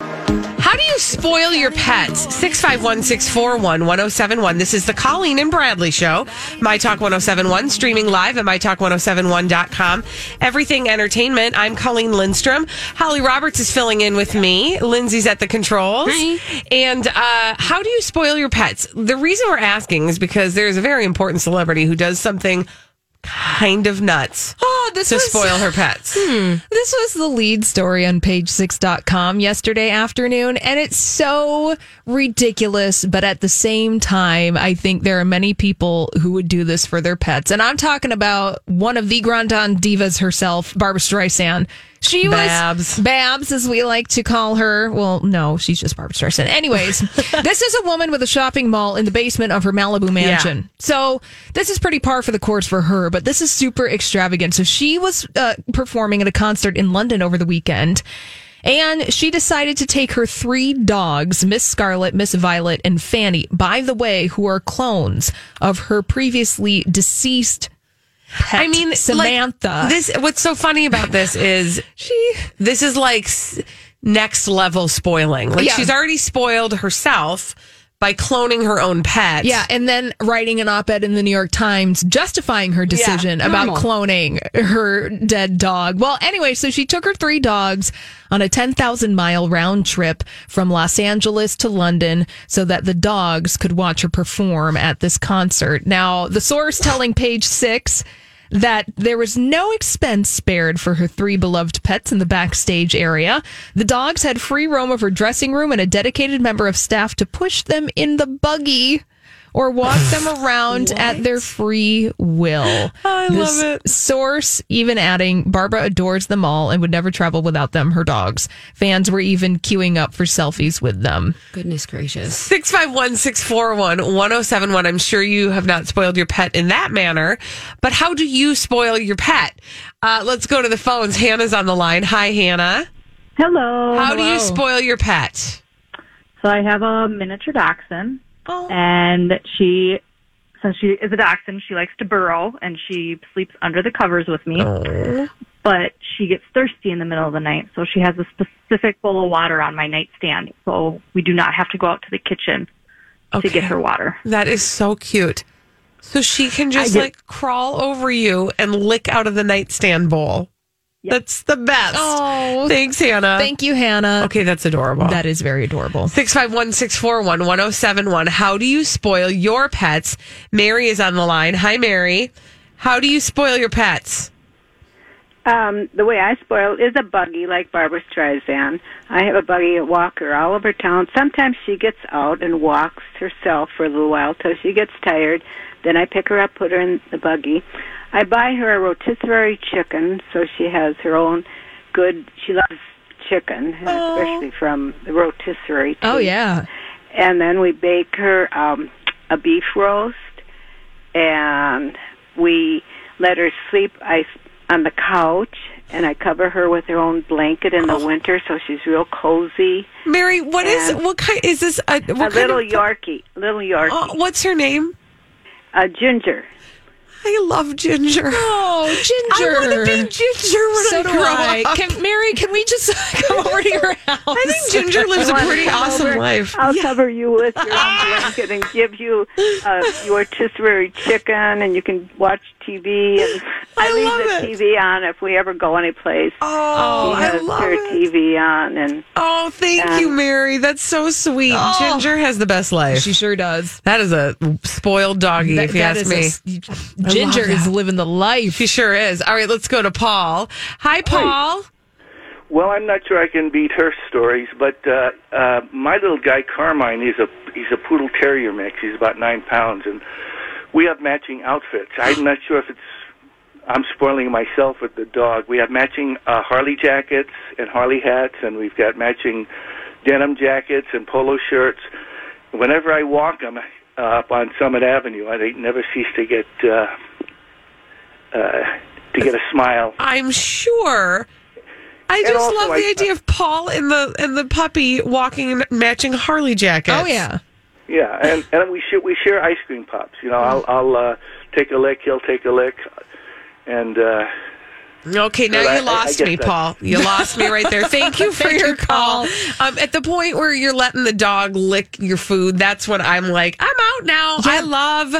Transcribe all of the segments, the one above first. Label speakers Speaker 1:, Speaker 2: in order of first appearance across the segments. Speaker 1: How do you spoil your pets? 651 641 1071. This is the Colleen and Bradley Show. My Talk 1071, streaming live at mytalk1071.com. Everything Entertainment. I'm Colleen Lindstrom. Holly Roberts is filling in with me. Lindsay's at the controls. And uh, how do you spoil your pets? The reason we're asking is because there's a very important celebrity who does something kind of nuts
Speaker 2: Oh, this
Speaker 1: to
Speaker 2: was
Speaker 1: spoil her pets.
Speaker 2: this was the lead story on page6.com yesterday afternoon and it's so ridiculous, but at the same time, I think there are many people who would do this for their pets. And I'm talking about one of the grandin divas herself, Barbara Streisand. She was
Speaker 1: Babs.
Speaker 2: Babs, as we like to call her. Well, no, she's just Barbara Streisand. Anyways, this is a woman with a shopping mall in the basement of her Malibu mansion. So this is pretty par for the course for her, but this is super extravagant. So she was uh, performing at a concert in London over the weekend. And she decided to take her three dogs, Miss Scarlet, Miss Violet, and Fanny, by the way, who are clones of her previously deceased pet,
Speaker 1: I mean, like,
Speaker 2: Samantha.
Speaker 1: this what's so funny about this is
Speaker 2: she
Speaker 1: this is like s- next level spoiling. Like
Speaker 2: Yeah.
Speaker 1: she's already spoiled herself by cloning her own pet.
Speaker 2: Yeah, and then writing an op-ed in the New York Times justifying her decision about cloning her dead dog. Well, anyway, so she took her three dogs on a 10,000 mile round trip from Los Angeles to London so that the dogs could watch her perform at this concert. Now, the source telling page six that there was no expense spared for her three beloved pets in the backstage area. The dogs had free roam of her dressing room and a dedicated member of staff to push them in the buggy or walk them around at their free will. I love it. Source even adding Barbara adores them all and would never travel without them, her dogs. Fans were even queuing up for selfies with them.
Speaker 3: Goodness gracious.
Speaker 1: 651 641 1071. I'm sure you have not spoiled your pet in that manner, but how do you spoil your pet? Uh, let's go to the phones. Hannah's on the line. Hi, Hannah.
Speaker 4: Hello.
Speaker 1: How do you spoil your pet?
Speaker 4: So I have a miniature dachshund, and she, so she is a dachshund. She likes to burrow, and she sleeps under the covers with me. But she gets thirsty in the middle of the night, so she has a specific bowl of water on my nightstand. So we do not have to go out to the kitchen to get her water.
Speaker 1: That is so cute. So she can just
Speaker 4: get-
Speaker 1: like crawl over you and lick out of the nightstand bowl. That's the best.
Speaker 2: Oh.
Speaker 1: thanks, Hannah.
Speaker 2: Thank you, Hannah.
Speaker 1: Uh, okay, that's adorable.
Speaker 2: That is very adorable.
Speaker 1: Six five one six four one one zero seven one. How do you spoil your pets? Mary is on the line. Hi, Mary. How do you spoil your pets?
Speaker 5: Um, the way I spoil is a buggy like Barbara Streisand. I have a buggy a walker all over town. Sometimes she gets out and walks herself for a little while till she gets tired. Then I pick her up, put her in the buggy. I buy her a rotisserie chicken so she has her own good she loves chicken, especially from the rotisserie.
Speaker 2: Oh,
Speaker 5: taste.
Speaker 2: yeah.
Speaker 5: And then we bake her um, a beef roast, and we let her sleep I, on the couch, and I cover her with her own blanket in
Speaker 1: Oh.
Speaker 5: the winter, so she's real cozy.
Speaker 1: Mary, what is
Speaker 5: Yeah.
Speaker 1: what kind uh, is this? A, what
Speaker 5: a little
Speaker 1: kind of,
Speaker 5: Yorkie, little Yorkie,
Speaker 1: Oh, what's her name?
Speaker 5: a ginger.
Speaker 1: I love Ginger.
Speaker 2: Oh, Ginger.
Speaker 1: I want to be Ginger when
Speaker 2: so
Speaker 1: I
Speaker 2: do
Speaker 1: grow
Speaker 2: I.
Speaker 1: up.
Speaker 2: Uh, Can, Mary, can we just come over to your house?
Speaker 1: I think Ginger lives a pretty awesome life.
Speaker 5: I'll cover you with your own blanket and give you uh, your rotisserie chicken, and you can watch TV. And I,
Speaker 1: I love
Speaker 5: leave the TV on if we ever go anyplace.
Speaker 1: Oh,
Speaker 5: she
Speaker 1: I
Speaker 5: has
Speaker 1: love
Speaker 5: her
Speaker 1: it.
Speaker 5: TV on, and
Speaker 1: Oh, thank you, Mary. That's so sweet. Ginger has the best life.
Speaker 2: Oh. She sure does.
Speaker 1: that is a spoiled doggy, if you
Speaker 2: That- that
Speaker 1: ask
Speaker 2: is
Speaker 1: me.
Speaker 2: a s- Ginger is living the life.
Speaker 1: she sure is. All right, let's go to Paul. Hi, Paul.
Speaker 6: Well, I'm not sure I can beat her stories, but uh, uh, my little guy Carmine is a he's a poodle terrier mix. He's about nine pounds, and we have matching outfits. I'm not sure if it's I'm spoiling myself with the dog. We have matching uh, Harley jackets and Harley hats, and we've got matching denim jackets and polo shirts. Whenever I walk him uh, up on Summit Avenue, I they never cease to get uh, uh, to get a smile.
Speaker 1: I'm sure. I just
Speaker 6: also,
Speaker 1: love the
Speaker 6: I-
Speaker 1: idea of Paul and the and the puppy walking in matching Harley jackets.
Speaker 2: oh, yeah.
Speaker 6: Yeah, and and we share we share ice cream pops. You know, I'll I'll uh, take a lick, he'll take a lick, and uh,
Speaker 1: Okay, now
Speaker 6: So I- I-
Speaker 1: you lost
Speaker 6: I
Speaker 1: me,
Speaker 6: guess
Speaker 1: Paul. You lost me right there. Thank you for
Speaker 2: Thank
Speaker 1: your
Speaker 2: you,
Speaker 1: call.
Speaker 2: Paul.
Speaker 1: Um, at the point where you're letting the dog lick your food, that's when I'm like, I'm out now. I love,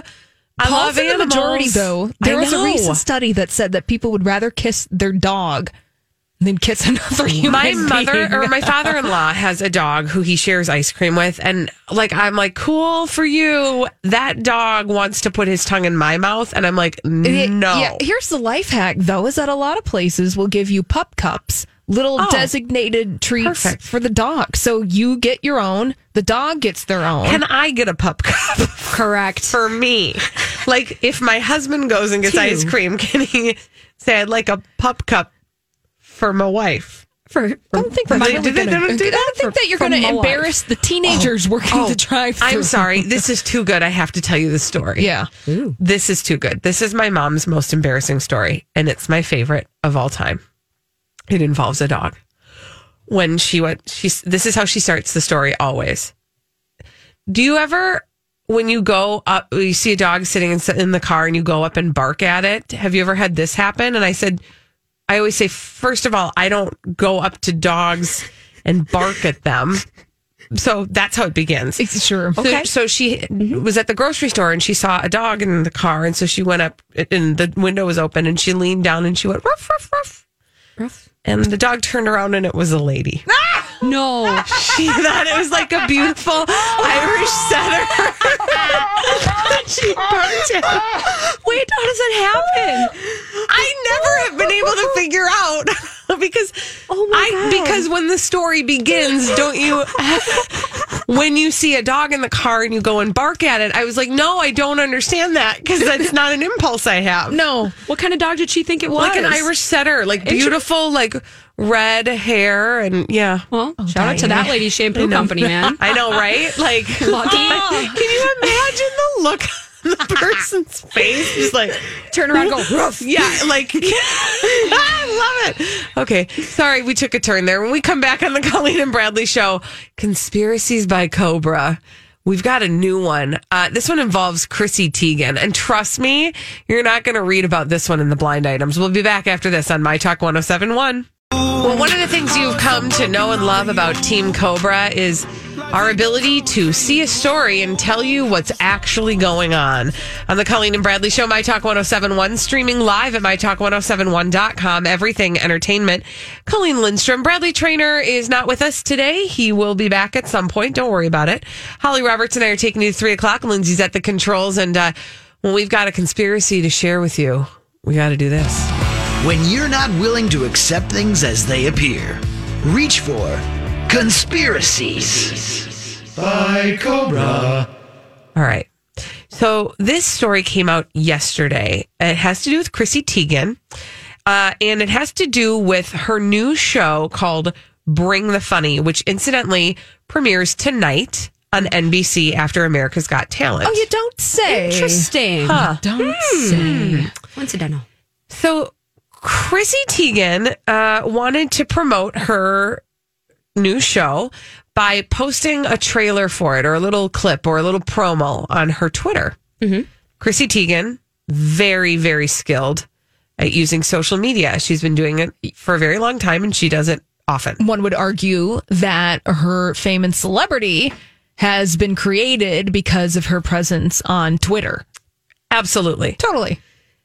Speaker 1: I
Speaker 2: Paul's
Speaker 1: love
Speaker 2: in the
Speaker 1: animals.
Speaker 2: majority, though. There
Speaker 1: I
Speaker 2: was a
Speaker 1: know.
Speaker 2: recent study that said that people would rather kiss their dog than kiss another human.
Speaker 1: my mother
Speaker 2: being.
Speaker 1: or my father-in-law has a dog who he shares ice cream with and like i'm like cool for you that dog wants to put his tongue in my mouth and i'm like no
Speaker 2: Yeah, yeah. Here's the life hack, though, is that a lot of places will give you pup cups, little
Speaker 1: Oh.
Speaker 2: designated treats
Speaker 1: Perfect.
Speaker 2: for the dog. So you get your own, the dog gets their own.
Speaker 1: can i get a pup cup
Speaker 2: Correct.
Speaker 1: for me like if my husband goes and gets
Speaker 2: Two.
Speaker 1: ice cream can he say i'd like a pup cup for my wife
Speaker 2: For, I don't think
Speaker 1: for-
Speaker 2: that's
Speaker 1: they-
Speaker 2: really
Speaker 1: they
Speaker 2: gonna-
Speaker 1: don't do that
Speaker 2: I don't think
Speaker 1: for-
Speaker 2: that you're
Speaker 1: for
Speaker 2: going to
Speaker 1: my wife.
Speaker 2: embarrass the teenagers working the drive through.
Speaker 1: Oh, i'm sorry this is too good i have to tell you the story
Speaker 2: Yeah.
Speaker 1: this is too good. This is my mom's most embarrassing story, and it's my favorite of all time. It involves a dog. When she went, she's this is how she starts the story always. Do you ever, when you go up, you see a dog sitting in, in the car and you go up and bark at it? Have you ever had this happen? And I said, I always say, first of all, I don't go up to dogs and bark at them. So that's how it begins.
Speaker 2: It's- Sure.
Speaker 1: So- So, she Mm-hmm. was at the grocery store and she saw a dog in the car. And so she went up and the window was open and she leaned down and she went, ruff, ruff, ruff. And the dog turned around and it was a lady.
Speaker 2: No.
Speaker 1: She thought it was like a beautiful Irish setter. she burnt it. Wait, how does it happen? I never have been able to figure out because
Speaker 7: Oh my
Speaker 1: I
Speaker 7: God.
Speaker 1: because when the story begins, don't you when you see a dog in the car and you go and bark at it, I was like, "No, I don't understand that because that's not an impulse I have."
Speaker 2: No.
Speaker 7: What kind of dog did she think it was?
Speaker 1: Like an Irish setter, like beautiful, like red hair, and yeah.
Speaker 7: Well, shout out to that lady shampoo company, man.
Speaker 1: I know, right? Like,
Speaker 7: Lucky.
Speaker 1: can you imagine the look on the person's face? Just like,
Speaker 7: Turn around, and go roof.
Speaker 1: yeah, like, I love it. Okay, sorry, we took a turn there. When we come back on the Colleen and Bradley show, Conspiracies by Cobra. We've got a new one. Uh, this one involves Chrissy Teigen. And trust me, you're not going to read about this one in the blind items. We'll be back after this on My Talk 1071. Well, one of the things you've come to know and love about Team Cobra is our ability to see a story and tell you what's actually going on. On the Colleen and Bradley Show, My Talk 1071, streaming live at MyTalk1071.com, everything entertainment. Colleen Lindstrom, Bradley Trainer is not with us today. He will be back at some point. Don't worry about it. Holly Roberts and I are taking you to 3 o'clock. Lindsay's at the controls. And uh, when we've got a conspiracy to share with you, we got to do this.
Speaker 3: When you're not willing to accept things as they appear, reach for conspiracies. By Cobra.
Speaker 1: All right. So this story came out yesterday. It has to do with Chrissy Teigen, uh, and it has to do with her new show called Bring the Funny, which incidentally premieres tonight on NBC after America's Got Talent.
Speaker 2: Oh, you don't say.
Speaker 7: Interesting.
Speaker 2: Don't say.
Speaker 7: Hmm. Coincidental.
Speaker 1: So Chrissy Teigen uh, wanted to promote her new show by posting a
Speaker 2: Mm-hmm.
Speaker 1: trailer for it or a little clip or a little promo on her Twitter. Chrissy Teigen very, very skilled at using social media. She's been doing it for a very long time and she does it often.
Speaker 2: One would argue that her fame and celebrity has been created because of her presence on Twitter.
Speaker 1: Absolutely.
Speaker 2: Totally.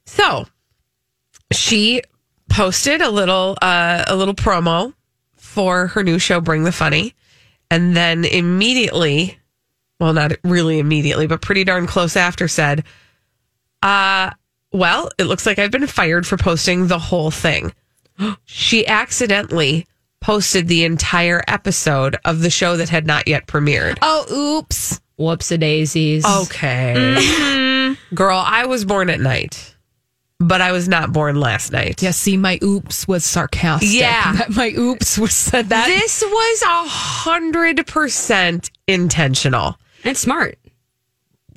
Speaker 1: So she posted a little uh, a little promo for her new show Bring the Funny and then immediately well not really immediately but pretty darn close after said uh well it looks like I've been fired for posting the whole thing. she accidentally posted the entire episode of the show that had not yet premiered.
Speaker 2: Oh, oops.
Speaker 7: Whoops a daisies.
Speaker 1: Okay. Girl, I was born at night, but I was not born last night.
Speaker 2: Yeah, see, my oops was sarcastic.
Speaker 1: Yeah.
Speaker 2: That my oops was said that.
Speaker 1: This was a hundred percent intentional.
Speaker 7: And smart.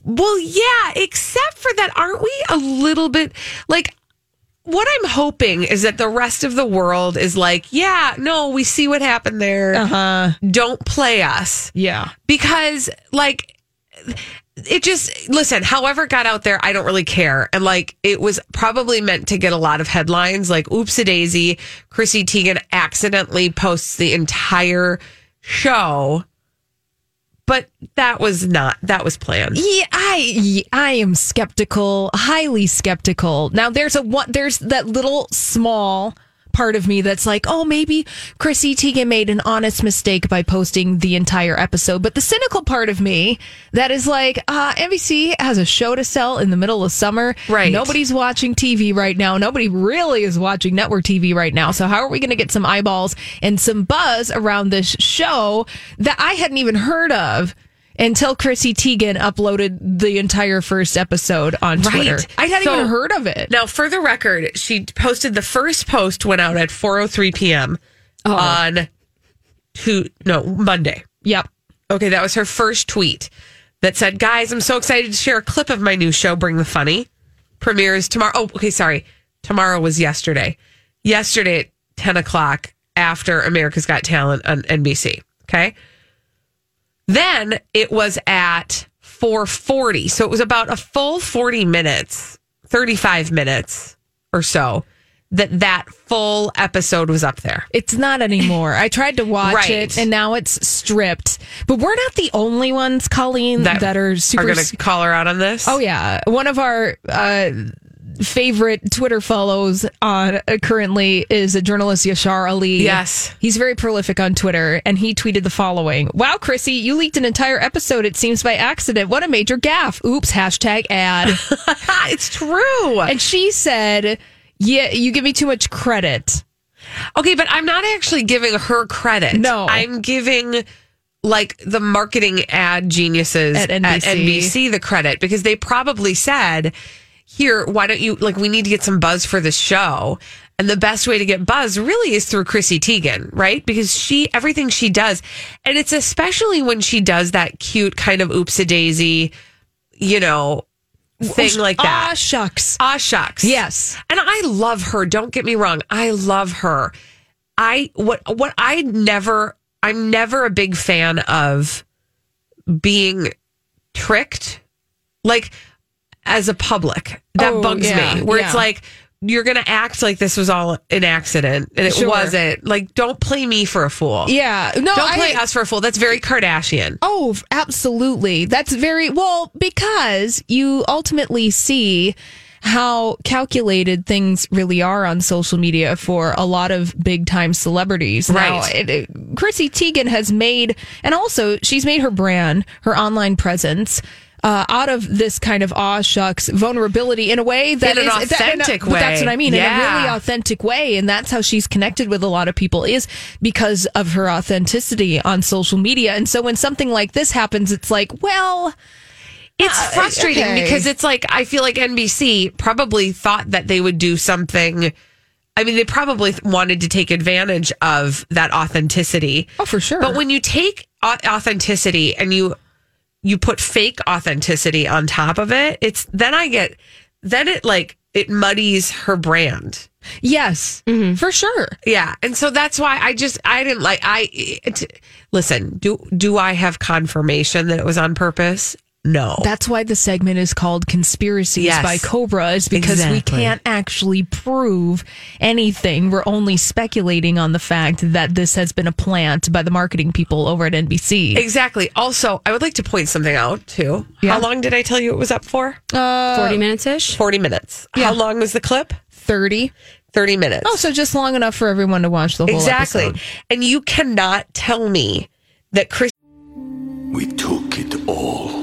Speaker 1: Well, yeah, except for that, aren't we a little bit like what I'm hoping is that the rest of the world is like, yeah, no, we see what happened there.
Speaker 2: Uh-huh.
Speaker 1: Don't play us.
Speaker 2: Yeah.
Speaker 1: because like it just listen however it got out there i don't really care and like it was probably meant to get a lot of headlines like oopsie daisy chrissy teigen accidentally posts the entire show but that was not that was planned
Speaker 2: Yeah, I yeah, I am skeptical, highly skeptical. Now there's a what there's that little small part of me that's like, oh, maybe Chrissy Teigen made an honest mistake by posting the entire episode. But the cynical part of me that is like, uh, NBC has a show to sell in the middle of summer.
Speaker 1: Right.
Speaker 2: Nobody's watching TV right now. Nobody really is watching network TV right now. So how are we going to get some eyeballs and some buzz around this show that I hadn't even heard of? until Chrissy Teigen uploaded the entire first episode on Twitter. I hadn't
Speaker 1: So-
Speaker 2: even heard of it.
Speaker 1: now for the record she posted the first post went out at 4.03 p.m on two no monday
Speaker 2: Yep.
Speaker 1: Okay, that was her first tweet that said, "Guys, I'm so excited to share a clip of my new show, Bring the Funny. Premieres tomorrow. Oh, okay, sorry. Tomorrow was yesterday. Yesterday at 10 o'clock after America's Got Talent on NBC. Okay, then it was at 4:40, so it was about a full 40 minutes, 35 minutes or so." That that full episode was up there.
Speaker 2: It's not anymore. I tried to watch
Speaker 1: Right.
Speaker 2: it and now it's stripped. But we're not the only ones, Colleen, that, are super.
Speaker 1: Are going to call her out on this?
Speaker 2: oh, yeah. One of our uh, favorite Twitter follows on, uh, currently is a journalist, Yashar Ali.
Speaker 1: Yes.
Speaker 2: He's very prolific on Twitter and he tweeted the following Wow, Chrissy, you leaked an entire episode, it seems, by accident. What a major gaffe. Oops, hashtag ad.
Speaker 1: it's true.
Speaker 2: And she said, Yeah, you give me too much credit.
Speaker 1: Okay, but I'm not actually giving her credit.
Speaker 2: No.
Speaker 1: I'm giving like the marketing ad geniuses
Speaker 2: At NBC.
Speaker 1: NBC the credit because they probably said, here, why don't you like we need to get some buzz for this show. And the best way to get buzz really is through Chrissy Teigen, right? Because she everything she does, and it's especially when she does that cute kind of oopsie daisy, you know, thing like that.
Speaker 2: Ah, shucks.
Speaker 1: Ah, shucks.
Speaker 2: Yes.
Speaker 1: And I love her. Don't get me wrong. I love her. I what what I never I'm never a big fan of being tricked like as a public. That
Speaker 2: Oh,
Speaker 1: bugs
Speaker 2: yeah,
Speaker 1: me. Where it's
Speaker 2: yeah.
Speaker 1: like you're going to act like this was all an accident and it
Speaker 2: Sure.
Speaker 1: wasn't. Like don't play me for a fool.
Speaker 2: Yeah. No,
Speaker 1: Don't play
Speaker 2: I,
Speaker 1: us for a fool. That's very Kardashian.
Speaker 2: Oh, absolutely. That's very well because you ultimately see how calculated things really are on social media for a lot of big time celebrities. Now,
Speaker 1: Right.
Speaker 2: it, it, Chrissy Teigen has made, and also she's made her brand, her online presence. Uh, out of this kind of aw shucks vulnerability in a way that
Speaker 1: In an
Speaker 2: is- that- in a-
Speaker 1: authentic
Speaker 2: but That's
Speaker 1: way.
Speaker 2: what I mean. In a really
Speaker 1: Yeah.
Speaker 2: authentic way and that's how she's connected with a lot of people is because of her authenticity on social media and so when something like this happens it's like well
Speaker 1: It's frustrating
Speaker 2: okay.
Speaker 1: because it's like I feel like NBC probably thought that they would do something. I mean, they probably th- wanted to take advantage of that authenticity.
Speaker 2: oh for sure
Speaker 1: But when you take au- authenticity and you you put fake authenticity on top of it, it's then I get then it like it muddies her brand.
Speaker 2: yes
Speaker 1: Mm-hmm.
Speaker 2: for sure
Speaker 1: Yeah, and so that's why I just I didn't like I it, listen. Do do I have confirmation that it was on purpose? know.
Speaker 2: That's why the segment is called Conspiracies
Speaker 1: Yes.
Speaker 2: by Cobra, is because we
Speaker 1: Exactly.
Speaker 2: can't actually prove anything. We're only speculating on the fact that this has been a plant by the marketing people over at NBC.
Speaker 1: Exactly. Also, I would like to point something out too.
Speaker 2: Yeah.
Speaker 1: How long did I tell you it was up for?
Speaker 2: Uh,
Speaker 7: 40 minutes ish.
Speaker 1: 40 minutes. How long was the clip?
Speaker 2: 30.
Speaker 1: 30 minutes.
Speaker 2: Oh, so just long enough for everyone to watch the whole
Speaker 1: exactly.
Speaker 2: episode.
Speaker 1: And you cannot tell me that Chris
Speaker 8: We took it all.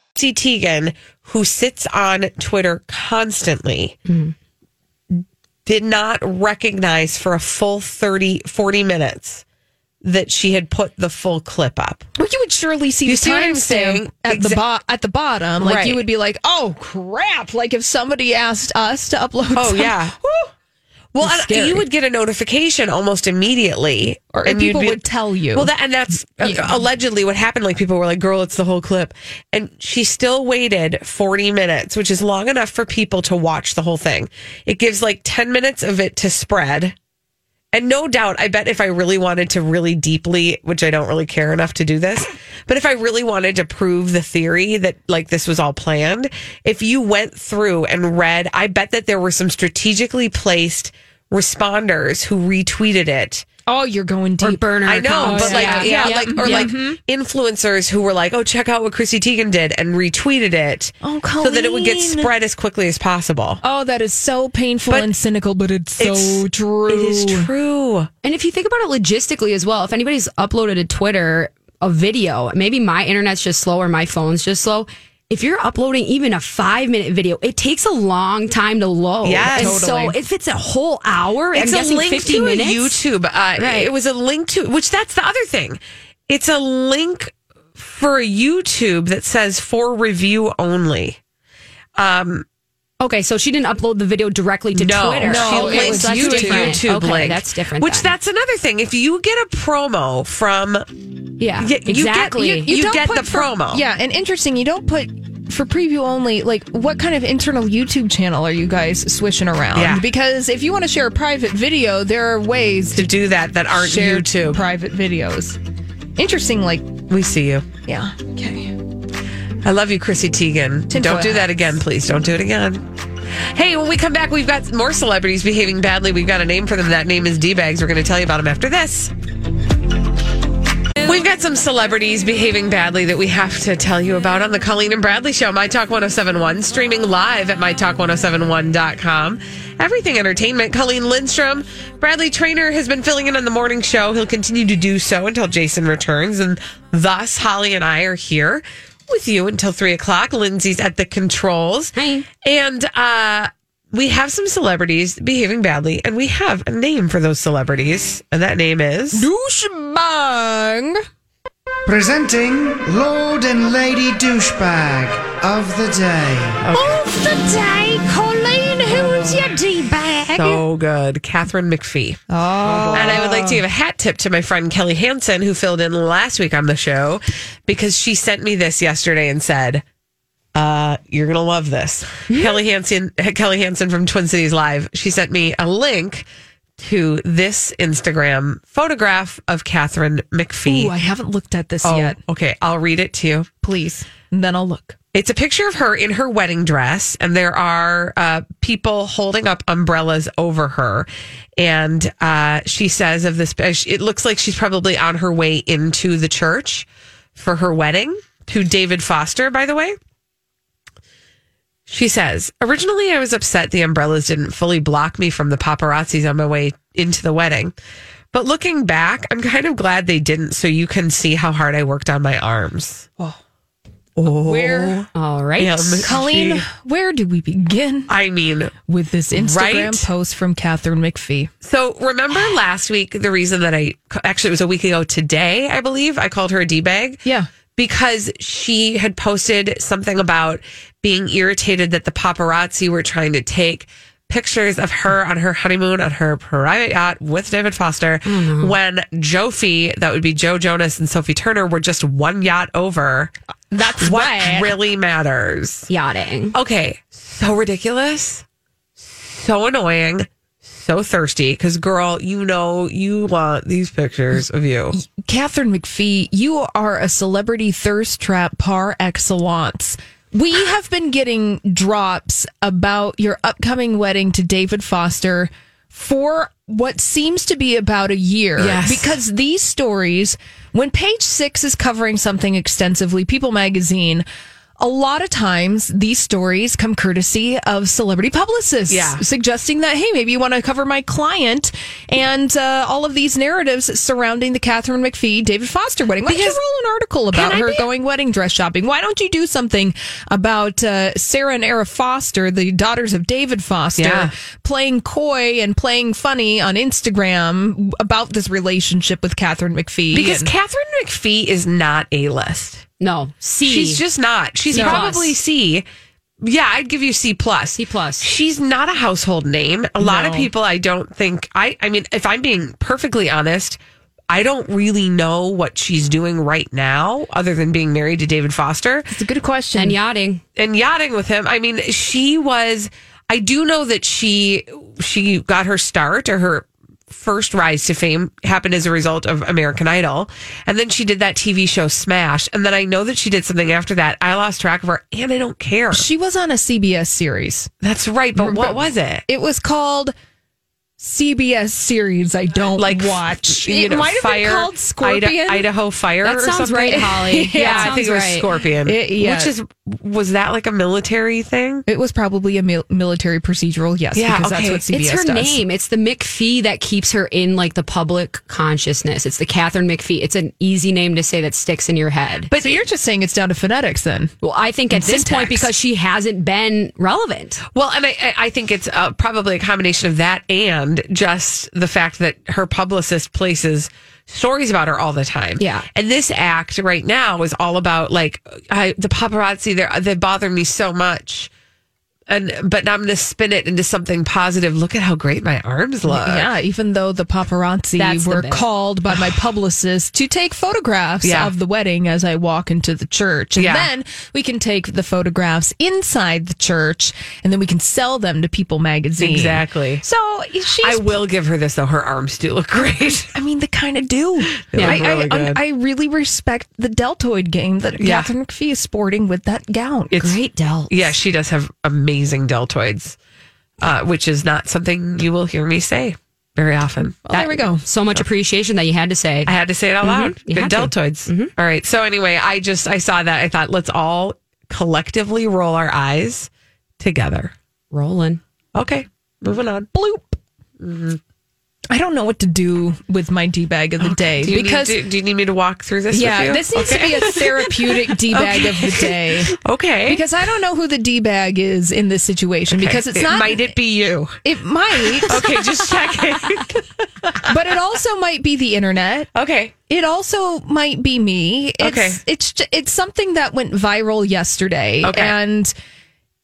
Speaker 1: C. Teigen, who sits on Twitter constantly, did not recognize for a full 30, 40 minutes that she had put the full clip up.
Speaker 2: Well, you would surely see
Speaker 1: You
Speaker 2: the
Speaker 1: see what I'm saying?
Speaker 2: timestamp at the bo- at the bottom. Like
Speaker 1: Right.
Speaker 2: you would be like, "Oh crap!" Like if somebody asked us to upload.
Speaker 1: Oh,
Speaker 2: some-
Speaker 1: yeah. Well,
Speaker 2: It's
Speaker 1: and
Speaker 2: scary.
Speaker 1: you would get a notification almost immediately,
Speaker 2: Or- and
Speaker 1: you'd
Speaker 2: people would tell you.
Speaker 1: Well, that, and that's uh, allegedly what happened. Like people were like, "Girl, it's the whole clip," and she still waited forty minutes, which is long enough for people to watch the whole thing. It gives like ten minutes of it to spread, and no doubt, I bet if I really wanted to really deeply, which I don't really care enough to do this, but if I really wanted to prove the theory that like this was all planned, if you went through and read, I bet that there were some strategically placed responders who retweeted it.
Speaker 2: Oh, you're going deep.
Speaker 7: burner.
Speaker 1: I know,
Speaker 7: accounts.
Speaker 1: but like, yeah,
Speaker 2: yeah,
Speaker 1: like, or like influencers who were like, oh, check out what Chrissy Teigen did and retweeted it.
Speaker 2: Oh,
Speaker 1: So that it would get
Speaker 2: Colleen.
Speaker 1: spread as quickly as possible.
Speaker 2: Oh, that is so painful
Speaker 1: But
Speaker 2: and cynical, but it's so
Speaker 1: it's-
Speaker 2: true.
Speaker 1: It is true.
Speaker 7: And if you think about it logistically as well, if anybody's uploaded to Twitter a video, maybe my internet's just slow or my phone's just slow. If you're uploading even a five minute video, it takes a long time to load.
Speaker 1: Yes.
Speaker 7: and so
Speaker 2: Totally.
Speaker 7: if it's a whole hour, I'm guessing 50
Speaker 1: to
Speaker 7: minutes.
Speaker 1: a YouTube. Uh,
Speaker 7: Right.
Speaker 1: It was a link to which that's the other thing. It's a link for a YouTube that says for review only.
Speaker 7: Okay, so she didn't upload the video directly to
Speaker 1: no,
Speaker 7: Twitter.
Speaker 1: no,
Speaker 7: she
Speaker 1: it
Speaker 7: linked
Speaker 1: was
Speaker 7: to
Speaker 1: you to
Speaker 7: different-
Speaker 1: YouTube
Speaker 7: okay,
Speaker 1: link.
Speaker 7: That's different.
Speaker 1: Which
Speaker 7: then.
Speaker 1: that's another thing. If you get a promo from
Speaker 7: yeah,
Speaker 1: you, you
Speaker 7: exactly.
Speaker 1: get you, you
Speaker 2: don't
Speaker 1: get
Speaker 2: put
Speaker 1: the
Speaker 2: for-
Speaker 1: promo.
Speaker 2: Yeah, and interesting. You don't put for preview only. Like, what kind of internal YouTube channel are you guys swishing around?
Speaker 1: Yeah.
Speaker 2: Because if you want to share a private video, there are ways
Speaker 1: to do that that
Speaker 2: to
Speaker 1: aren't
Speaker 2: share
Speaker 1: YouTube.
Speaker 2: private videos. Interesting. Like,
Speaker 1: we see you.
Speaker 2: yeah. Okay.
Speaker 1: I love you, Chrissy Teigen.
Speaker 2: Tinfoil
Speaker 1: Don't do that again, please. Don't do it again. Hey, when we come back, we've got more celebrities behaving badly. We've got a name for them. That name is D Bags. We're going to tell you about them after this. We've got some celebrities behaving badly that we have to tell you about on the Colleen and Bradley Show, My Talk 1071, streaming live at MyTalk1071.com. Everything entertainment. Colleen Lindstrom, Bradley Trainer has been filling in on the morning show. He'll continue to do so until Jason returns. And thus, Holly and I are here with you until three o'clock. Lindsay's at the controls.
Speaker 7: Hi.
Speaker 1: And uh, we have some celebrities behaving badly, and we have a name for those celebrities, and that name is.
Speaker 2: Douchebag.
Speaker 3: Presenting Lord and Lady Douchebag of the Day.
Speaker 2: Of the day, Colleen, who's your D bag?
Speaker 1: So good. Catherine McPhee.
Speaker 2: Oh.
Speaker 1: And I would like to give a hat tip to my friend Kelly Hansen, who filled in last week on the show, because she sent me this yesterday and said, uh, you're gonna love this. Kelly Hansen, Kelly Hansen from Twin Cities Live. She sent me a link to this Instagram photograph of Catherine McPhee.
Speaker 2: Ooh, I haven't looked at this
Speaker 1: Oh,
Speaker 2: yet.
Speaker 1: Okay, I'll read it to you.
Speaker 2: Please. And then I'll look.
Speaker 1: It's a picture of her in her wedding dress, and there are uh, people holding up umbrellas over her. And uh, she says of this, uh, it looks like she's probably on her way into the church for her wedding to David Foster, by the way. She says, originally I was upset the umbrellas didn't fully block me from the paparazzis on my way into the wedding. But looking back, I'm kind of glad they didn't so you can see how hard I worked on my arms. Oh.
Speaker 2: Where,
Speaker 7: all right.
Speaker 1: Yeah, I'm-
Speaker 2: Colleen,
Speaker 1: She-
Speaker 2: where do we begin
Speaker 1: I mean,
Speaker 2: with this Instagram
Speaker 1: Right?
Speaker 2: post from Catherine McPhee?
Speaker 1: so remember last week, the reason that I actually, it was a week ago today, I believe, I called her a D bag
Speaker 2: Yeah.
Speaker 1: because she had posted something about being irritated that the paparazzi were trying to take pictures of her on her honeymoon on her private yacht with David Foster
Speaker 2: Mm-hmm.
Speaker 1: when Jofi, that would be Joe Jonas and Sophie Turner, were just one yacht over.
Speaker 2: That's
Speaker 1: what
Speaker 2: right.
Speaker 1: really matters.
Speaker 7: Yachting.
Speaker 1: Okay. So ridiculous. So annoying. So thirsty. Because, girl, you know you want these pictures of you.
Speaker 2: Catherine McPhee, you are a celebrity thirst trap par excellence. We have been getting drops about your upcoming wedding to David Foster for what seems to be about a year.
Speaker 1: Yes.
Speaker 2: Because these stories, when page six is covering something extensively, People magazine, a lot of times these stories come courtesy of celebrity publicists
Speaker 1: Yeah.
Speaker 2: suggesting that hey maybe you want to cover my client and uh, all of these narratives surrounding the Catherine McPhee David Foster wedding. Why don't
Speaker 1: Because-
Speaker 2: you roll an article about
Speaker 1: Can I
Speaker 2: her
Speaker 1: be-
Speaker 2: going wedding dress shopping? Why don't you do something about uh, Sarah and Era Foster, the daughters of David Foster,
Speaker 1: Yeah.
Speaker 2: playing coy and playing funny on Instagram about this relationship with Catherine McPhee?
Speaker 1: Because
Speaker 2: and-
Speaker 1: Catherine McPhee is not A list.
Speaker 7: No, C.
Speaker 1: She's just not. She's
Speaker 7: C plus.
Speaker 1: probably C. Yeah, I'd give you C plus.
Speaker 7: C plus.
Speaker 1: She's not a household name. A lot of
Speaker 2: No.
Speaker 1: people I don't think I I mean, if I'm being perfectly honest, I don't really know what she's doing right now other than being married to David Foster
Speaker 2: it's a good question.
Speaker 7: and yachting.
Speaker 1: and yachting with him. I mean, she was. I do know that she she got her start or her first rise to fame happened as a result of American Idol, and then she did that TV show Smash, and then I know that she did something after that. I lost track of her, and I don't care.
Speaker 2: she was on a CBS series.
Speaker 1: That's right, but what was it?
Speaker 2: It was called CBS series I don't like watch.
Speaker 1: You
Speaker 2: it
Speaker 1: know,
Speaker 2: might have
Speaker 1: fire,
Speaker 2: been called Scorpion.
Speaker 1: Ida- Idaho Fire.
Speaker 7: That
Speaker 1: or
Speaker 7: sounds
Speaker 1: something?
Speaker 7: right, Holly.
Speaker 1: yeah,
Speaker 7: That
Speaker 1: I think
Speaker 7: sounds
Speaker 1: it was
Speaker 7: right.
Speaker 1: Scorpion.
Speaker 2: It- yeah.
Speaker 1: Which is was that like a military thing?
Speaker 2: It was probably a mil- military procedural, yes,
Speaker 1: Yeah,
Speaker 2: because
Speaker 1: okay.
Speaker 2: that's what CBS
Speaker 7: it's her
Speaker 2: does.
Speaker 7: name. It's the McPhee that keeps her in like the public consciousness. It's the Catherine McPhee. It's an easy name to say that sticks in your head.
Speaker 2: But you're just saying it's down to phonetics then.
Speaker 7: Well, I think at this
Speaker 2: syntax.
Speaker 7: point because she hasn't been relevant.
Speaker 1: Well, and I, I- I think it's uh, probably a combination of that and just the fact that her publicist places stories about her all the time.
Speaker 7: Yeah.
Speaker 1: And this act right now is all about like I, the paparazzi. They they bother me so much, and but now I'm going to spin it into something positive. Look at how great my arms look.
Speaker 2: yeah, Uh, even though the paparazzi
Speaker 7: That's the
Speaker 2: were
Speaker 7: bit.
Speaker 2: called by my publicist to take photographs
Speaker 1: Yeah.
Speaker 2: of the wedding as I walk into the church. And
Speaker 1: Yeah.
Speaker 2: then we can take the photographs inside the church and then we can sell them to People magazine.
Speaker 1: Exactly.
Speaker 2: So she's
Speaker 1: I will give her this though. Her arms do look great.
Speaker 2: I mean, they kind of do.
Speaker 1: Yeah.
Speaker 2: I,
Speaker 1: Really
Speaker 2: I,
Speaker 1: good.
Speaker 2: I really respect the deltoid game that
Speaker 1: Yeah.
Speaker 2: Catherine McPhee is sporting with that gown.
Speaker 7: Great Del.
Speaker 1: yeah, she does have amazing deltoids, uh, which is not something you will hear me say very often.
Speaker 2: Well, Oh, there we go.
Speaker 7: So much appreciation that you had to say.
Speaker 1: I had to say it out loud.
Speaker 7: You
Speaker 1: Good
Speaker 7: had to.
Speaker 1: deltoids. All right. So anyway, I just I saw that. I thought let's all collectively roll our eyes together.
Speaker 7: Rolling.
Speaker 1: Okay. Moving on.
Speaker 2: Bloop.
Speaker 1: Mm-hmm.
Speaker 2: I don't know what to do with my D bag of the day
Speaker 1: Do you,
Speaker 2: because.
Speaker 1: need, to, do you need me to walk through this? with
Speaker 2: yeah,
Speaker 1: you?
Speaker 2: this needs
Speaker 1: Okay.
Speaker 2: to be a therapeutic D bag of the day
Speaker 1: okay.
Speaker 2: because I don't know who the D bag is in this situation
Speaker 1: Okay.
Speaker 2: because it's
Speaker 1: It-
Speaker 2: not.
Speaker 1: Might it be you?
Speaker 2: It might,
Speaker 1: Okay, just checking.
Speaker 2: but it also might be the internet.
Speaker 1: okay.
Speaker 2: It also might be me. It's,
Speaker 1: Okay.
Speaker 2: It's ju- it's something that went viral yesterday,
Speaker 1: Okay.
Speaker 2: and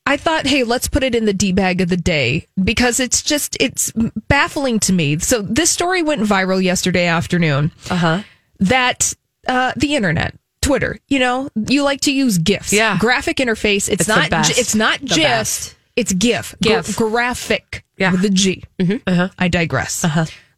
Speaker 2: I thought, hey, let's put it in the d bag of the day because it's just it's baffling to me. So this story went viral yesterday afternoon. Uh huh. That uh, the internet. Twitter, you know, you like to use GIFs.
Speaker 1: Yeah.
Speaker 2: Graphic interface. It's,
Speaker 1: the
Speaker 2: not
Speaker 1: best.
Speaker 2: G- it's not
Speaker 1: The
Speaker 2: GIF.
Speaker 1: best.
Speaker 2: It's GIF.
Speaker 1: GIF.
Speaker 2: Gra- graphic
Speaker 1: Yeah. Mm-hmm. Uh-huh.
Speaker 2: with a G. I digress.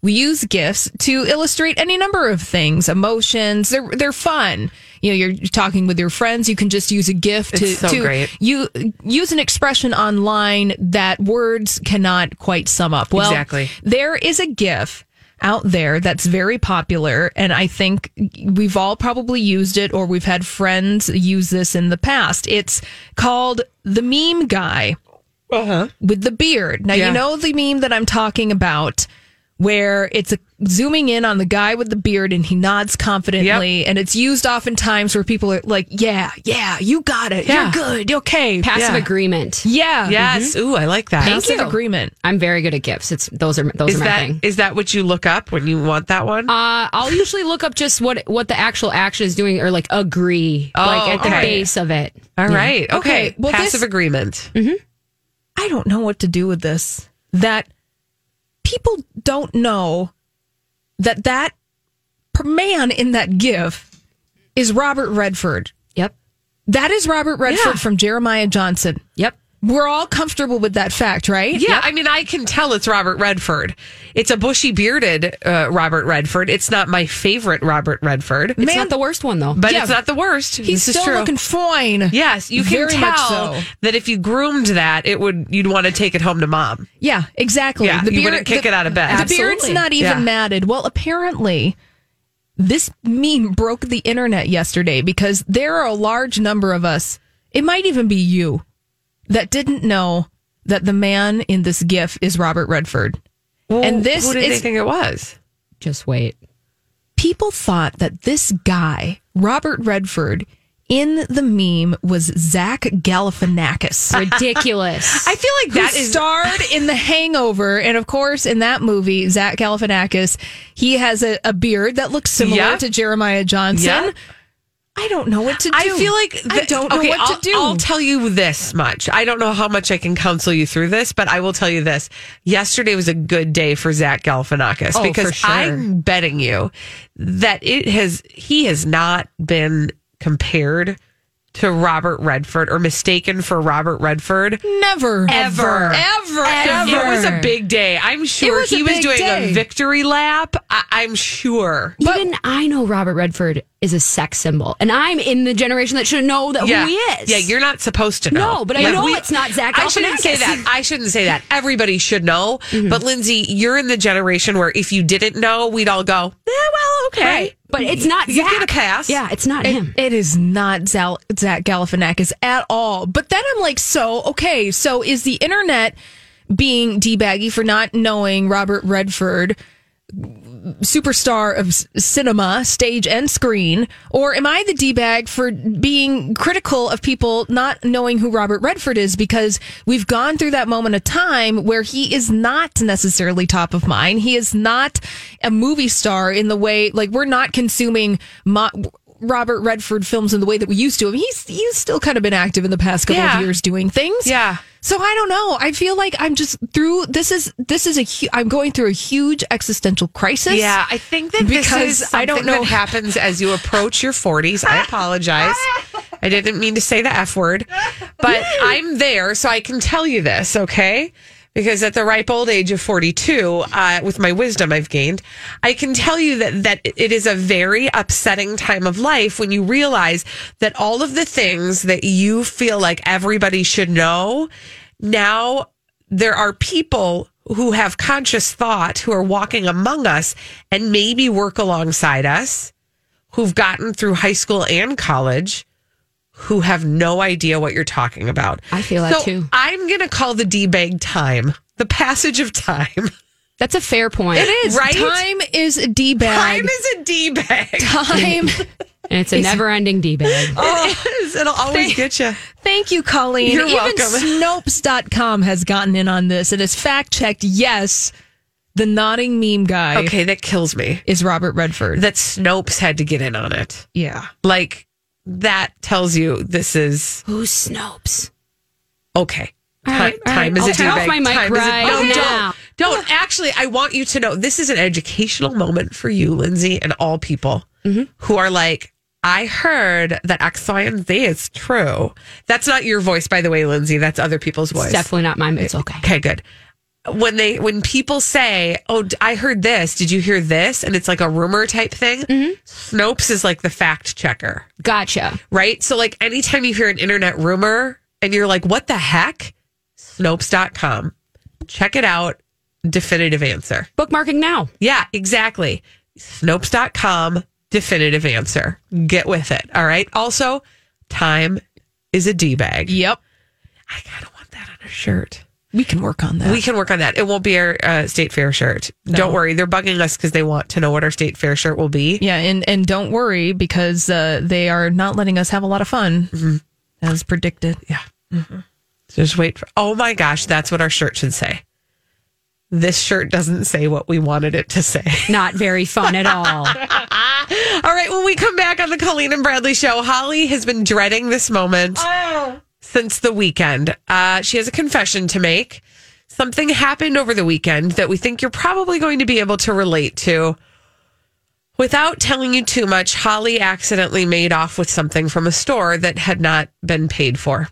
Speaker 2: We use GIFs to illustrate any number of things, emotions. They're they're fun. You know, you're talking with your friends. You can just use a GIF to,
Speaker 1: It's so
Speaker 2: to
Speaker 1: great.
Speaker 2: you use an expression online that words cannot quite sum up. Well,
Speaker 1: Exactly.
Speaker 2: there is a GIF out there that's very popular, and I think we've all probably used it or we've had friends use this in the past. It's called the meme guy
Speaker 1: Uh-huh.
Speaker 2: with the beard. Now,
Speaker 1: Yeah.
Speaker 2: you know the meme that I'm talking about where it's a, zooming in on the guy with the beard and he nods confidently and it's used oftentimes where people are like, yeah, yeah, you got it.
Speaker 1: Yeah.
Speaker 2: You're good. Okay.
Speaker 1: Yeah.
Speaker 7: Passive agreement.
Speaker 2: yeah.
Speaker 1: Yes. Ooh, I like that.
Speaker 2: Passive agreement.
Speaker 7: I'm very good at gifts. It's those are
Speaker 1: is
Speaker 7: those are my
Speaker 1: that
Speaker 7: thing.
Speaker 1: is that what you look up when you want that one?
Speaker 7: Uh, I'll usually look up just what what the actual action is doing, or like agree,
Speaker 1: Oh,
Speaker 7: like at
Speaker 1: okay.
Speaker 7: the base of it.
Speaker 1: All
Speaker 7: Yeah.
Speaker 1: right. Okay.
Speaker 2: Okay, well,
Speaker 1: Passive
Speaker 2: this-
Speaker 1: agreement.
Speaker 2: I don't know what to do with this. That people don't know that that per- man in that gif is Robert Redford.
Speaker 7: Yep.
Speaker 2: That is Robert Redford
Speaker 1: Yeah.
Speaker 2: from Jeremiah Johnson.
Speaker 7: Yep.
Speaker 2: We're all comfortable with that fact, right?
Speaker 1: Yeah, I mean, I can tell it's Robert Redford. It's a bushy bearded uh, Robert Redford. It's not my favorite Robert Redford,
Speaker 7: It's not the worst one though.
Speaker 1: but
Speaker 2: yeah.
Speaker 1: it's not the worst.
Speaker 2: He's
Speaker 1: This is
Speaker 2: still
Speaker 1: true.
Speaker 2: looking fine.
Speaker 1: Yes, you can
Speaker 2: Very much
Speaker 1: tell
Speaker 2: so.
Speaker 1: that if you groomed that, it would you'd want to take it home to mom.
Speaker 2: Yeah, exactly.
Speaker 1: Yeah, you wouldn't kick it out of bed.
Speaker 2: The beard's
Speaker 1: Absolutely.
Speaker 2: not even
Speaker 1: Yeah.
Speaker 2: matted. Well, apparently, this meme broke the internet yesterday because there are a large number of us. It might even be you that didn't know that the man in this GIF is Robert Redford. and this
Speaker 1: who did they
Speaker 2: is
Speaker 1: think it was?
Speaker 7: Just wait.
Speaker 2: people thought that this guy, Robert Redford, in the meme was Zach Galifianakis.
Speaker 7: Ridiculous.
Speaker 1: I feel like that
Speaker 2: that
Speaker 1: is
Speaker 2: starred in The Hangover, and of course, in that movie, Zach Galifianakis, he has a, a beard that looks similar
Speaker 1: Yeah.
Speaker 2: to Jeremiah Johnson.
Speaker 1: Yeah.
Speaker 2: I don't know what to do.
Speaker 1: I feel like
Speaker 2: I don't know
Speaker 1: okay,
Speaker 2: what
Speaker 1: I'll-
Speaker 2: to do.
Speaker 1: I'll tell you this much. I don't know how much I can counsel you through this, but I will tell you this. Yesterday was a good day for Zach Galifianakis
Speaker 2: Oh,
Speaker 1: because
Speaker 2: for sure.
Speaker 1: I'm betting you that it has he has not been compared to Robert Redford or mistaken for Robert Redford.
Speaker 2: Never,
Speaker 1: Ever.
Speaker 2: ever,
Speaker 1: And
Speaker 2: ever.
Speaker 1: It was a big day. I'm sure
Speaker 2: was a
Speaker 1: he was
Speaker 2: big
Speaker 1: doing
Speaker 2: day.
Speaker 1: a victory lap. I- I'm sure.
Speaker 7: Even I know Robert Redford is a sex symbol, and I'm in the generation that should know that
Speaker 1: yeah.
Speaker 7: who he is.
Speaker 1: Yeah, you're not supposed to know.
Speaker 7: No, but I know it's not Zach
Speaker 1: I shouldn't say
Speaker 7: Galifianakis. Mm-hmm.
Speaker 1: that. I shouldn't say that. Everybody should know. But Lindsay, you're in the generation where if you didn't know, we'd all go, eh, well, okay.
Speaker 7: Right. But it's not
Speaker 1: You get
Speaker 7: Zach.
Speaker 1: a pass.
Speaker 7: Yeah, it's not him.
Speaker 2: It is not Zal- Zach Galifianakis at all. But then I'm like, so okay, so is the internet being debaggy for not knowing Robert Redford, superstar of s- cinema, stage and screen, or am I the debag for being critical of people not knowing who Robert Redford is because we've gone through that moment of time where he is not necessarily top of mind. He is not a movie star in the way like we're not consuming mo- Robert Redford films in the way that we used to. I mean, he's he's still kind of been active in the past couple
Speaker 1: Yeah.
Speaker 2: of years doing things.
Speaker 1: Yeah.
Speaker 2: So I don't know. I feel like I'm just through this is this is a hu- I'm going through a huge existential crisis.
Speaker 1: Yeah, I think that
Speaker 2: Because
Speaker 1: this is
Speaker 2: I don't
Speaker 1: something
Speaker 2: know-
Speaker 1: that happens as you approach your 40s. I apologize. I didn't mean to say the F word, but I'm there, so I can tell you this, okay? Because at the ripe old age of 42, uh, with my wisdom I've gained, I can tell you that, that it is a very upsetting time of life when you realize that all of the things that you feel like everybody should know now there are people who have conscious thought who are walking among us and maybe work alongside us who've gotten through high school and college who have no idea what you're talking about.
Speaker 7: I feel that
Speaker 1: So
Speaker 7: too.
Speaker 1: I'm going to call the debag time, the passage of time.
Speaker 7: That's a fair point.
Speaker 2: It is.
Speaker 1: Right?
Speaker 2: Time is a D bag.
Speaker 1: Time is a debag.
Speaker 2: Time.
Speaker 7: and it's a never-ending d bag.
Speaker 1: Oh. It is. It'll always get you.
Speaker 2: Thank you, Colleen.
Speaker 1: You're
Speaker 2: Even
Speaker 1: welcome.
Speaker 2: Snopes.com has gotten in on this and has fact checked yes, the nodding meme guy
Speaker 1: Okay, that kills me.
Speaker 2: is Robert Redford.
Speaker 1: That Snopes had to get in on it.
Speaker 2: yeah.
Speaker 1: Like, that tells you this is
Speaker 7: Who's Snopes?
Speaker 1: okay. Ti-
Speaker 7: All
Speaker 1: Time,
Speaker 7: right, all right.
Speaker 1: is
Speaker 7: I'll
Speaker 1: a
Speaker 7: turn off
Speaker 1: debag.
Speaker 7: my mic
Speaker 1: Time is a-
Speaker 7: right
Speaker 1: No,
Speaker 7: now.
Speaker 1: Don't, don't. Actually, I want you to know this is an educational moment for you, Lindsay, and all people
Speaker 7: Mm-hmm.
Speaker 1: who are like, I heard that X, Y, and Z is true. That's not your voice, by the way, Lindsay. That's other people's voice.
Speaker 7: It's definitely not mine. But it's okay.
Speaker 1: Okay, good. When they when people say, "Oh, d- I heard this. Did you hear this?" and it's like a rumor type thing,
Speaker 7: Mm-hmm.
Speaker 1: Snopes is like the fact checker
Speaker 7: Gotcha.
Speaker 1: right? So, like, anytime you hear an internet rumor and you're like, what the heck? Snopes.com. Check it out. Definitive answer.
Speaker 7: Bookmarking now.
Speaker 1: Yeah, exactly. Snopes.com. Definitive answer. Get with it. All right. Also, time is a D bag.
Speaker 2: Yep.
Speaker 1: I kind of want that on a shirt.
Speaker 2: We can work on that.
Speaker 1: We can work on that. It won't be our uh, state fair shirt. Don't worry. They're bugging us because they want to know what our state fair shirt will be.
Speaker 2: yeah, and, and don't worry because uh, they are not letting us have a lot of fun as predicted.
Speaker 1: Mm-hmm. So just wait for. Oh my gosh, that's what our shirt should say. this shirt doesn't say what we wanted it to say.
Speaker 7: Not very fun at all.
Speaker 1: all right, when we come back on the Colleen and Bradley show, Holly has been dreading this moment oh. since the weekend. Uh, she has a confession to make. Something happened over the weekend that we think you're probably going to be able to relate to. Without telling you too much, Holly accidentally made off with something from a store that had not been paid for.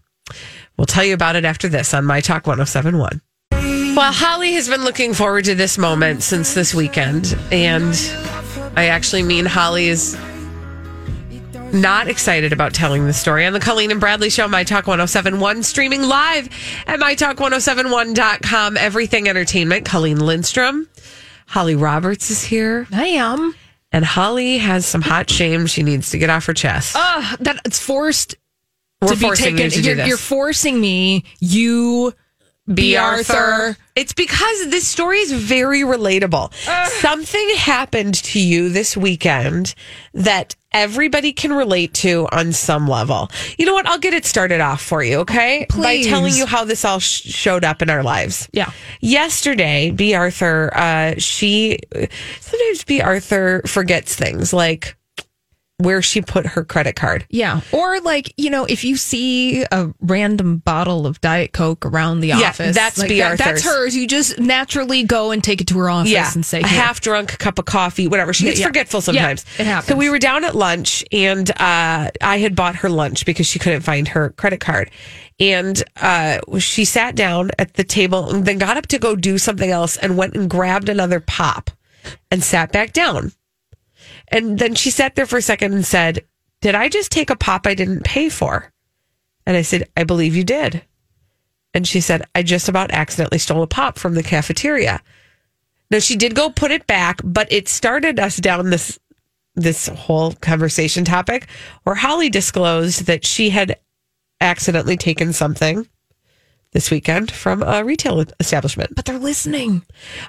Speaker 1: We'll tell you about it after this on My Talk 1071. Well, Holly has been looking forward to this moment since this weekend. And I actually mean Holly is not excited about telling the story on the Colleen and Bradley show, My Talk 1071, streaming live at MyTalk1071.com. Everything Entertainment, Colleen Lindstrom. Holly Roberts is here.
Speaker 2: I am.
Speaker 1: And Holly has some hot shame she needs to get off her chest.
Speaker 2: Oh, that it's forced
Speaker 1: We're to be taken. You to
Speaker 2: you're, you're, forcing me. You
Speaker 1: be, be Arthur. Arthur. It's because this story is very relatable. Ugh. Something happened to you this weekend that everybody can relate to on some level. You know what? I'll get it started off for you, okay?
Speaker 2: Please.
Speaker 1: By telling you how this all sh- showed up in our lives.
Speaker 2: Yeah.
Speaker 1: Yesterday, B. Arthur, uh, she sometimes B. Arthur forgets things like where she put her credit card.
Speaker 2: Yeah. Or like, you know, if you see a random bottle of Diet Coke around the
Speaker 1: yeah,
Speaker 2: office.
Speaker 1: That's
Speaker 2: like
Speaker 1: B.
Speaker 2: That,
Speaker 1: Arthur's.
Speaker 2: That's hers. You just naturally go and take it to her office
Speaker 1: yeah,
Speaker 2: and say
Speaker 1: a half drunk cup of coffee, whatever. She gets
Speaker 2: Yeah.
Speaker 1: forgetful sometimes.
Speaker 2: Yeah, it happens.
Speaker 1: So we were down at lunch and uh, I had bought her lunch because she couldn't find her credit card. And uh, she sat down at the table and then got up to go do something else and went and grabbed another pop and sat back down. And then she sat there for a second and said, Did I just take a pop I didn't pay for? And I said, I believe you did. And she said, I just about accidentally stole a pop from the cafeteria. Now she did go put it back, but it started us down this this whole conversation topic where Holly disclosed that she had accidentally taken something this weekend from a retail establishment.
Speaker 2: But they're listening.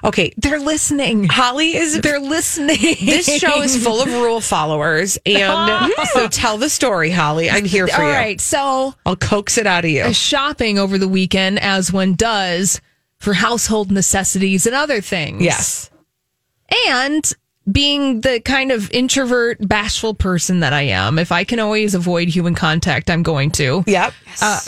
Speaker 1: Okay,
Speaker 2: They're listening.
Speaker 1: Holly is
Speaker 2: They're listening.
Speaker 1: this show is full of rule followers and so tell the story, Holly. I'm here for
Speaker 2: All
Speaker 1: you.
Speaker 2: right. So
Speaker 1: I'll coax it out of you.
Speaker 2: uh, shopping over the weekend, as one does for household necessities and other things.
Speaker 1: Yes.
Speaker 2: And being the kind of introvert, bashful person that I am, if I can always avoid human contact, I'm going to.
Speaker 1: Yep.
Speaker 2: Uh,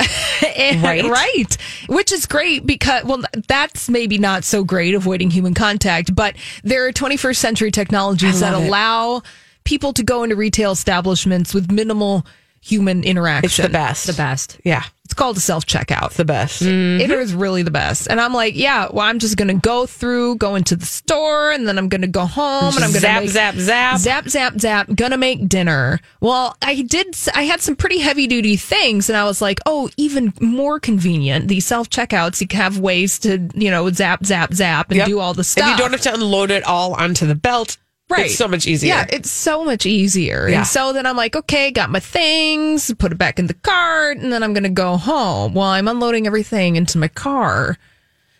Speaker 2: And-
Speaker 1: Right.
Speaker 2: right. Which is great because, well, that's maybe not so great avoiding human contact, but there are 21st century technologies that
Speaker 1: love it.
Speaker 2: allow people to go into retail establishments with minimal human interaction.
Speaker 1: It's the best.
Speaker 7: The best.
Speaker 1: Yeah.
Speaker 2: It's called a self checkout.
Speaker 1: It's the best.
Speaker 2: It is really the best. And I'm like, yeah, well, I'm just going to go through, go into the store, and then I'm going to go home and I'm going
Speaker 1: Zap,
Speaker 2: to
Speaker 1: zap, zap.
Speaker 2: Zap, zap, zap. Gonna make dinner. Well, I did, s- I had some pretty heavy duty things, and I was like, oh, even more convenient. These self checkouts, you have ways to, you know, zap, zap, zap and
Speaker 1: Yep.
Speaker 2: do all the
Speaker 1: And
Speaker 2: stuff.
Speaker 1: you don't have to unload it all onto the belt. It's so much easier.
Speaker 2: Yeah, it's so much easier.
Speaker 1: Yeah.
Speaker 2: And so then I'm like, okay, got my things, put it back in the cart, and then I'm going to go home. Well, I'm unloading everything into my car.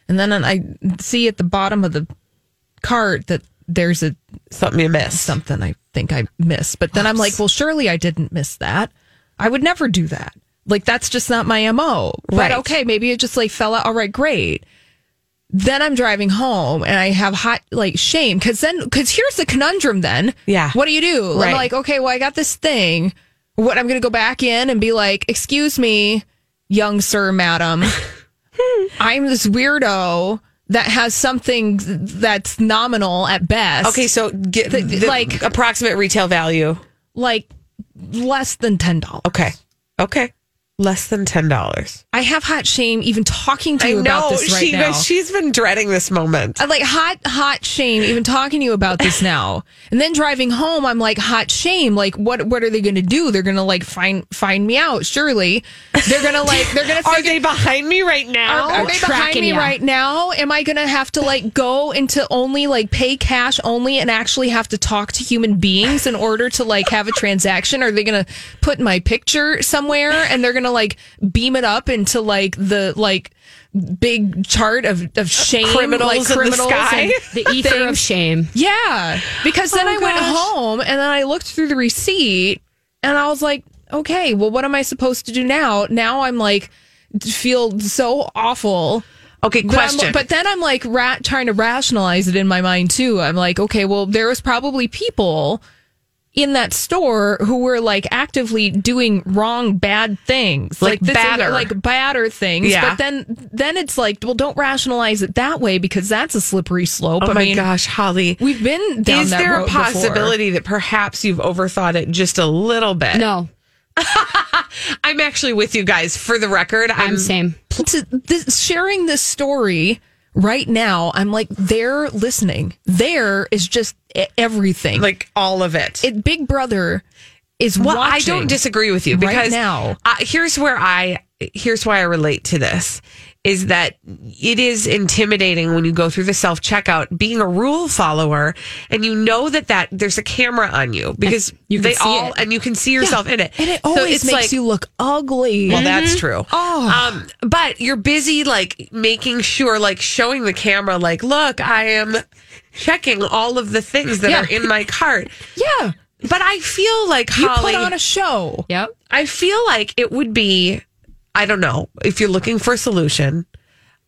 Speaker 2: And then I see at the bottom of the cart that there's a
Speaker 1: Something you missed.
Speaker 2: something I think I missed. But then I'm like, well, surely I didn't miss that. I would never do that. Like that's just not my MO. But
Speaker 1: Right.
Speaker 2: okay, maybe it just like fell out. All right, great. Then I'm driving home and I have hot like shame because then because here's the conundrum then.
Speaker 1: Yeah.
Speaker 2: What do you do?
Speaker 1: Right.
Speaker 2: I'm like, okay, well, I got this thing. What I'm gonna go back in and be like, excuse me, young sir, madam. I'm this weirdo that has something that's nominal at best.
Speaker 1: Okay, so get the, like
Speaker 2: like-
Speaker 1: approximate retail value.
Speaker 2: like less than ten dollars.
Speaker 1: Okay. Okay. Less than ten dollars.
Speaker 2: I have hot shame even talking to you about this right
Speaker 1: she
Speaker 2: now.
Speaker 1: she's been dreading this moment.
Speaker 2: I like hot, hot shame even talking to you about this now. And then driving home, I'm like hot shame. Like what? What are they going to do? They're going to like find find me out. Surely they're going to like they're going to
Speaker 1: Are they behind me right now?
Speaker 2: Are, are they behind
Speaker 7: tracking
Speaker 2: me
Speaker 7: ya.
Speaker 2: right now? Am I going to have to like go into only like pay cash only and actually have to talk to human beings in order to like have a transaction? Are they going to put my picture somewhere and they're going to like beam it up into like the like big chart of, of shame
Speaker 1: Criminals in
Speaker 2: like
Speaker 1: the
Speaker 2: criminals
Speaker 1: sky.
Speaker 2: and-
Speaker 7: The ether of shame.
Speaker 2: yeah because then
Speaker 1: Oh,
Speaker 2: i went
Speaker 1: gosh.
Speaker 2: home and then i looked through the receipt and i was like okay well what am i supposed to do now now i'm like feel so awful
Speaker 1: Okay,
Speaker 2: But I'm-
Speaker 1: question.
Speaker 2: But, then I'm like ra- trying to rationalize it in my mind too. I'm like, okay, well, there was probably people in that store who were like actively doing wrong, bad things,
Speaker 1: Like
Speaker 2: this is-
Speaker 1: batter.
Speaker 2: like batter things.
Speaker 1: Yeah.
Speaker 2: But then, then it's like, well, don't rationalize it that way because that's a slippery slope.
Speaker 1: Oh
Speaker 2: I
Speaker 1: my
Speaker 2: mean,
Speaker 1: gosh, Holly,
Speaker 2: we've been down
Speaker 1: Is
Speaker 2: that
Speaker 1: there a
Speaker 2: road before.
Speaker 1: possibility that perhaps you've overthought it just a little bit?
Speaker 7: No,
Speaker 1: I'm actually with you guys. For the record, I'm,
Speaker 7: I'm same.
Speaker 2: to this, sharing this story right now, I'm like, they're listening. There is just e- everything.
Speaker 1: like all of it.
Speaker 2: it, Big Brother is
Speaker 1: well, I
Speaker 2: watching
Speaker 1: don't disagree with you because
Speaker 2: right now.
Speaker 1: uh, here's where I here's why I relate to this is that it is intimidating when you go through the self checkout being a rule follower and you know that that there's a camera on you because
Speaker 7: you can
Speaker 1: they
Speaker 7: see
Speaker 1: all
Speaker 7: it.
Speaker 1: and you can see yourself in it
Speaker 2: And it
Speaker 1: So
Speaker 2: always
Speaker 1: it's
Speaker 2: makes
Speaker 1: like-
Speaker 2: you look ugly.
Speaker 1: Well, that's true.
Speaker 2: Oh.
Speaker 1: Um, but you're busy like making sure, like showing the camera, like, look, I am checking all of the things that
Speaker 2: Yeah.
Speaker 1: are in my cart.
Speaker 2: Mm-hmm. yeah.
Speaker 1: But I feel like
Speaker 2: You
Speaker 1: Holly,
Speaker 2: put on a show.
Speaker 7: Yep.
Speaker 1: I feel like it would be, I don't know, if you're looking for a solution,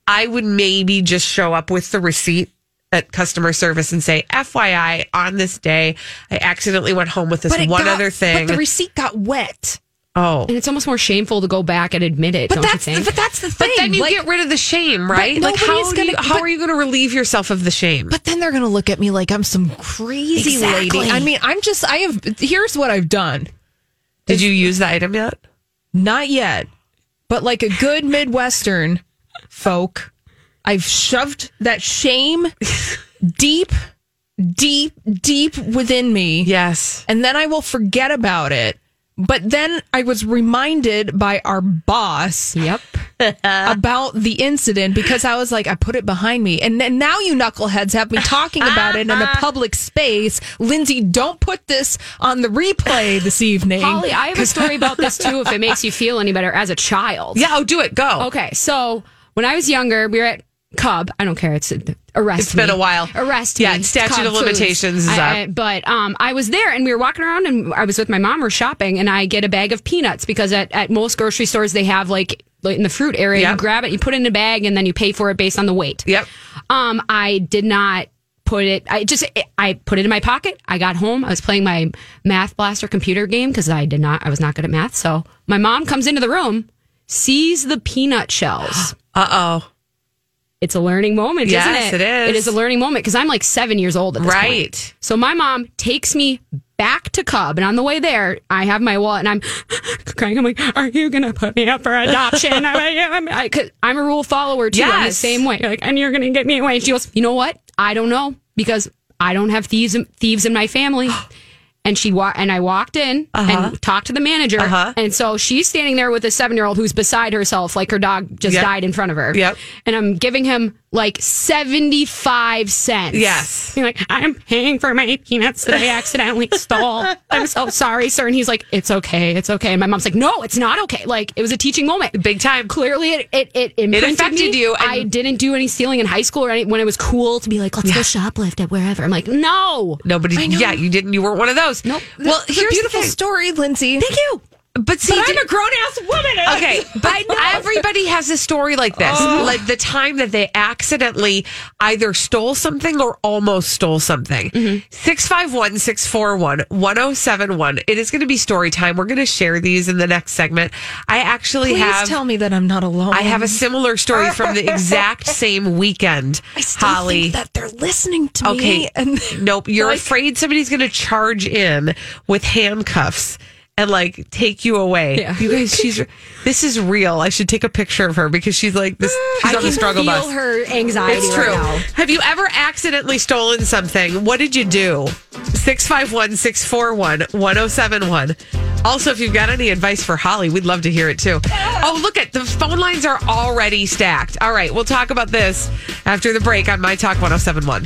Speaker 1: I would maybe just show up with the receipt at customer service and say, FYI, on this day, I accidentally went home with this
Speaker 2: it
Speaker 1: one
Speaker 2: got-
Speaker 1: other thing.
Speaker 2: But the receipt got wet.
Speaker 1: oh.
Speaker 7: And it's almost more shameful to go back and admit it.
Speaker 2: But
Speaker 7: don't
Speaker 2: that's
Speaker 7: you think?
Speaker 2: but that's the
Speaker 1: But
Speaker 2: thing.
Speaker 1: then you
Speaker 2: Like,
Speaker 1: get rid of the shame, right? Like
Speaker 2: nobody's
Speaker 1: how do
Speaker 2: gonna-
Speaker 1: you, how
Speaker 2: but-
Speaker 1: are you going to relieve yourself of the shame?
Speaker 2: But then they're going to look at me like I'm some crazy
Speaker 7: Exactly.
Speaker 2: lady. I mean, I'm just I have here's what I've done.
Speaker 1: Did you use the item yet?
Speaker 2: Not yet. But like a good Midwestern folk, I've shoved that shame deep deep deep within me.
Speaker 1: Yes.
Speaker 2: and then I will forget about it. But then I was reminded by our boss
Speaker 7: yep.
Speaker 2: about the incident because I was like, I put it behind me. And, and now you knuckleheads have me talking about it in a public space. Lindsay, don't put this on the replay this evening.
Speaker 7: Holly, I have a story about this too. If it makes you feel any better, as a child.
Speaker 1: Yeah, oh, do it. Go.
Speaker 7: Okay, so when I was younger, we were at Cub. I don't care. It's uh, arrest.
Speaker 1: It's been
Speaker 7: me.
Speaker 1: a while.
Speaker 7: Arrest.
Speaker 1: Yeah,
Speaker 7: me.
Speaker 1: it's statute
Speaker 7: Cub
Speaker 1: of
Speaker 7: Foods.
Speaker 1: limitations is
Speaker 7: I- I-
Speaker 1: up.
Speaker 7: but um, I was there, and we were walking around, and I was with my mom. We're shopping, and I get a bag of peanuts because at, at most grocery stores they have like like in the fruit area,
Speaker 1: Yeah.
Speaker 7: you grab it, you put it in a bag, and then you pay for it based on the weight.
Speaker 1: Yep.
Speaker 7: Um, I did not put it. I just I put it in my pocket. I got home. I was playing my math blaster computer game because I did not. I was not good at math. So my mom comes into the room, sees the peanut shells.
Speaker 1: Uh oh.
Speaker 7: It's a learning moment,
Speaker 1: Yes,
Speaker 7: isn't it?
Speaker 1: it is.
Speaker 7: It is a learning moment because I'm like seven years old at this point.
Speaker 1: Right.
Speaker 7: So my mom takes me back to Cub, and on the way there, I have my wallet, and I'm crying. I'm like, "Are you gonna put me up for adoption?" I'm, I'm, I, 'cause I'm a rule follower too. I'm the
Speaker 1: Yes.
Speaker 7: same way. Like, and you're gonna get me away. And she goes, "You know what? I don't know because I don't have thieves thieves in my family." And she wa- and I walked in
Speaker 1: Uh-huh.
Speaker 7: and talked to the manager, and so she's standing there with a seven year old who's beside herself, like her dog just
Speaker 1: Yep.
Speaker 7: died in front of her.
Speaker 1: Yep.
Speaker 7: And I'm giving him like seventy five cents.
Speaker 1: Yes.
Speaker 7: You're like, I'm paying for my peanuts that I accidentally stole. I'm so sorry, sir. And he's like, It's okay. It's okay. And my mom's like, No, it's not okay. Like, it was a teaching moment.
Speaker 1: Big time.
Speaker 7: Clearly, it it, it, imprinted
Speaker 1: affected
Speaker 7: me.
Speaker 1: you and-
Speaker 7: I didn't do any stealing in high school or any, when it was cool to be like, Let's go shoplift at wherever. I'm like, No.
Speaker 1: Nobody.
Speaker 2: know.
Speaker 1: Yeah, you didn't. You weren't one of those.
Speaker 7: Nope.
Speaker 1: Well,
Speaker 2: It's
Speaker 1: here's
Speaker 2: a beautiful
Speaker 1: the thing.
Speaker 2: story, Lindsay. Thank you.
Speaker 1: But see,
Speaker 2: But
Speaker 1: did-
Speaker 2: I'm a grown ass woman.
Speaker 1: Okay, but everybody has a story like this.
Speaker 2: Oh.
Speaker 1: Like the time that they accidentally either stole something or almost stole something.
Speaker 2: Mm-hmm.
Speaker 1: 651 641 1071. It is going to be story time. We're going to share these in the next segment. I actually
Speaker 2: Please
Speaker 1: have.
Speaker 2: tell me that I'm not alone.
Speaker 1: I have a similar story from the exact same weekend.
Speaker 2: I still
Speaker 1: Holly.
Speaker 2: think that they're listening to me.
Speaker 1: Okay.
Speaker 2: And
Speaker 1: nope. You're
Speaker 2: like-
Speaker 1: afraid somebody's going to charge in with handcuffs and like take you away.
Speaker 7: Yeah.
Speaker 1: You guys, she's this is real. I should take a picture of her because she's like this. She's
Speaker 7: Ah. I
Speaker 1: on the
Speaker 7: can
Speaker 1: struggle
Speaker 7: feel
Speaker 1: bus.
Speaker 7: her anxiety
Speaker 1: It's
Speaker 7: right
Speaker 1: true.
Speaker 7: now.
Speaker 1: Have you ever accidentally stolen something? What did you do? 651 641 1071. Also, if you've got any advice for Holly, we'd love to hear it too. Oh, look at the phone lines are already stacked. All right, we'll talk about this after the break on My Talk 1071.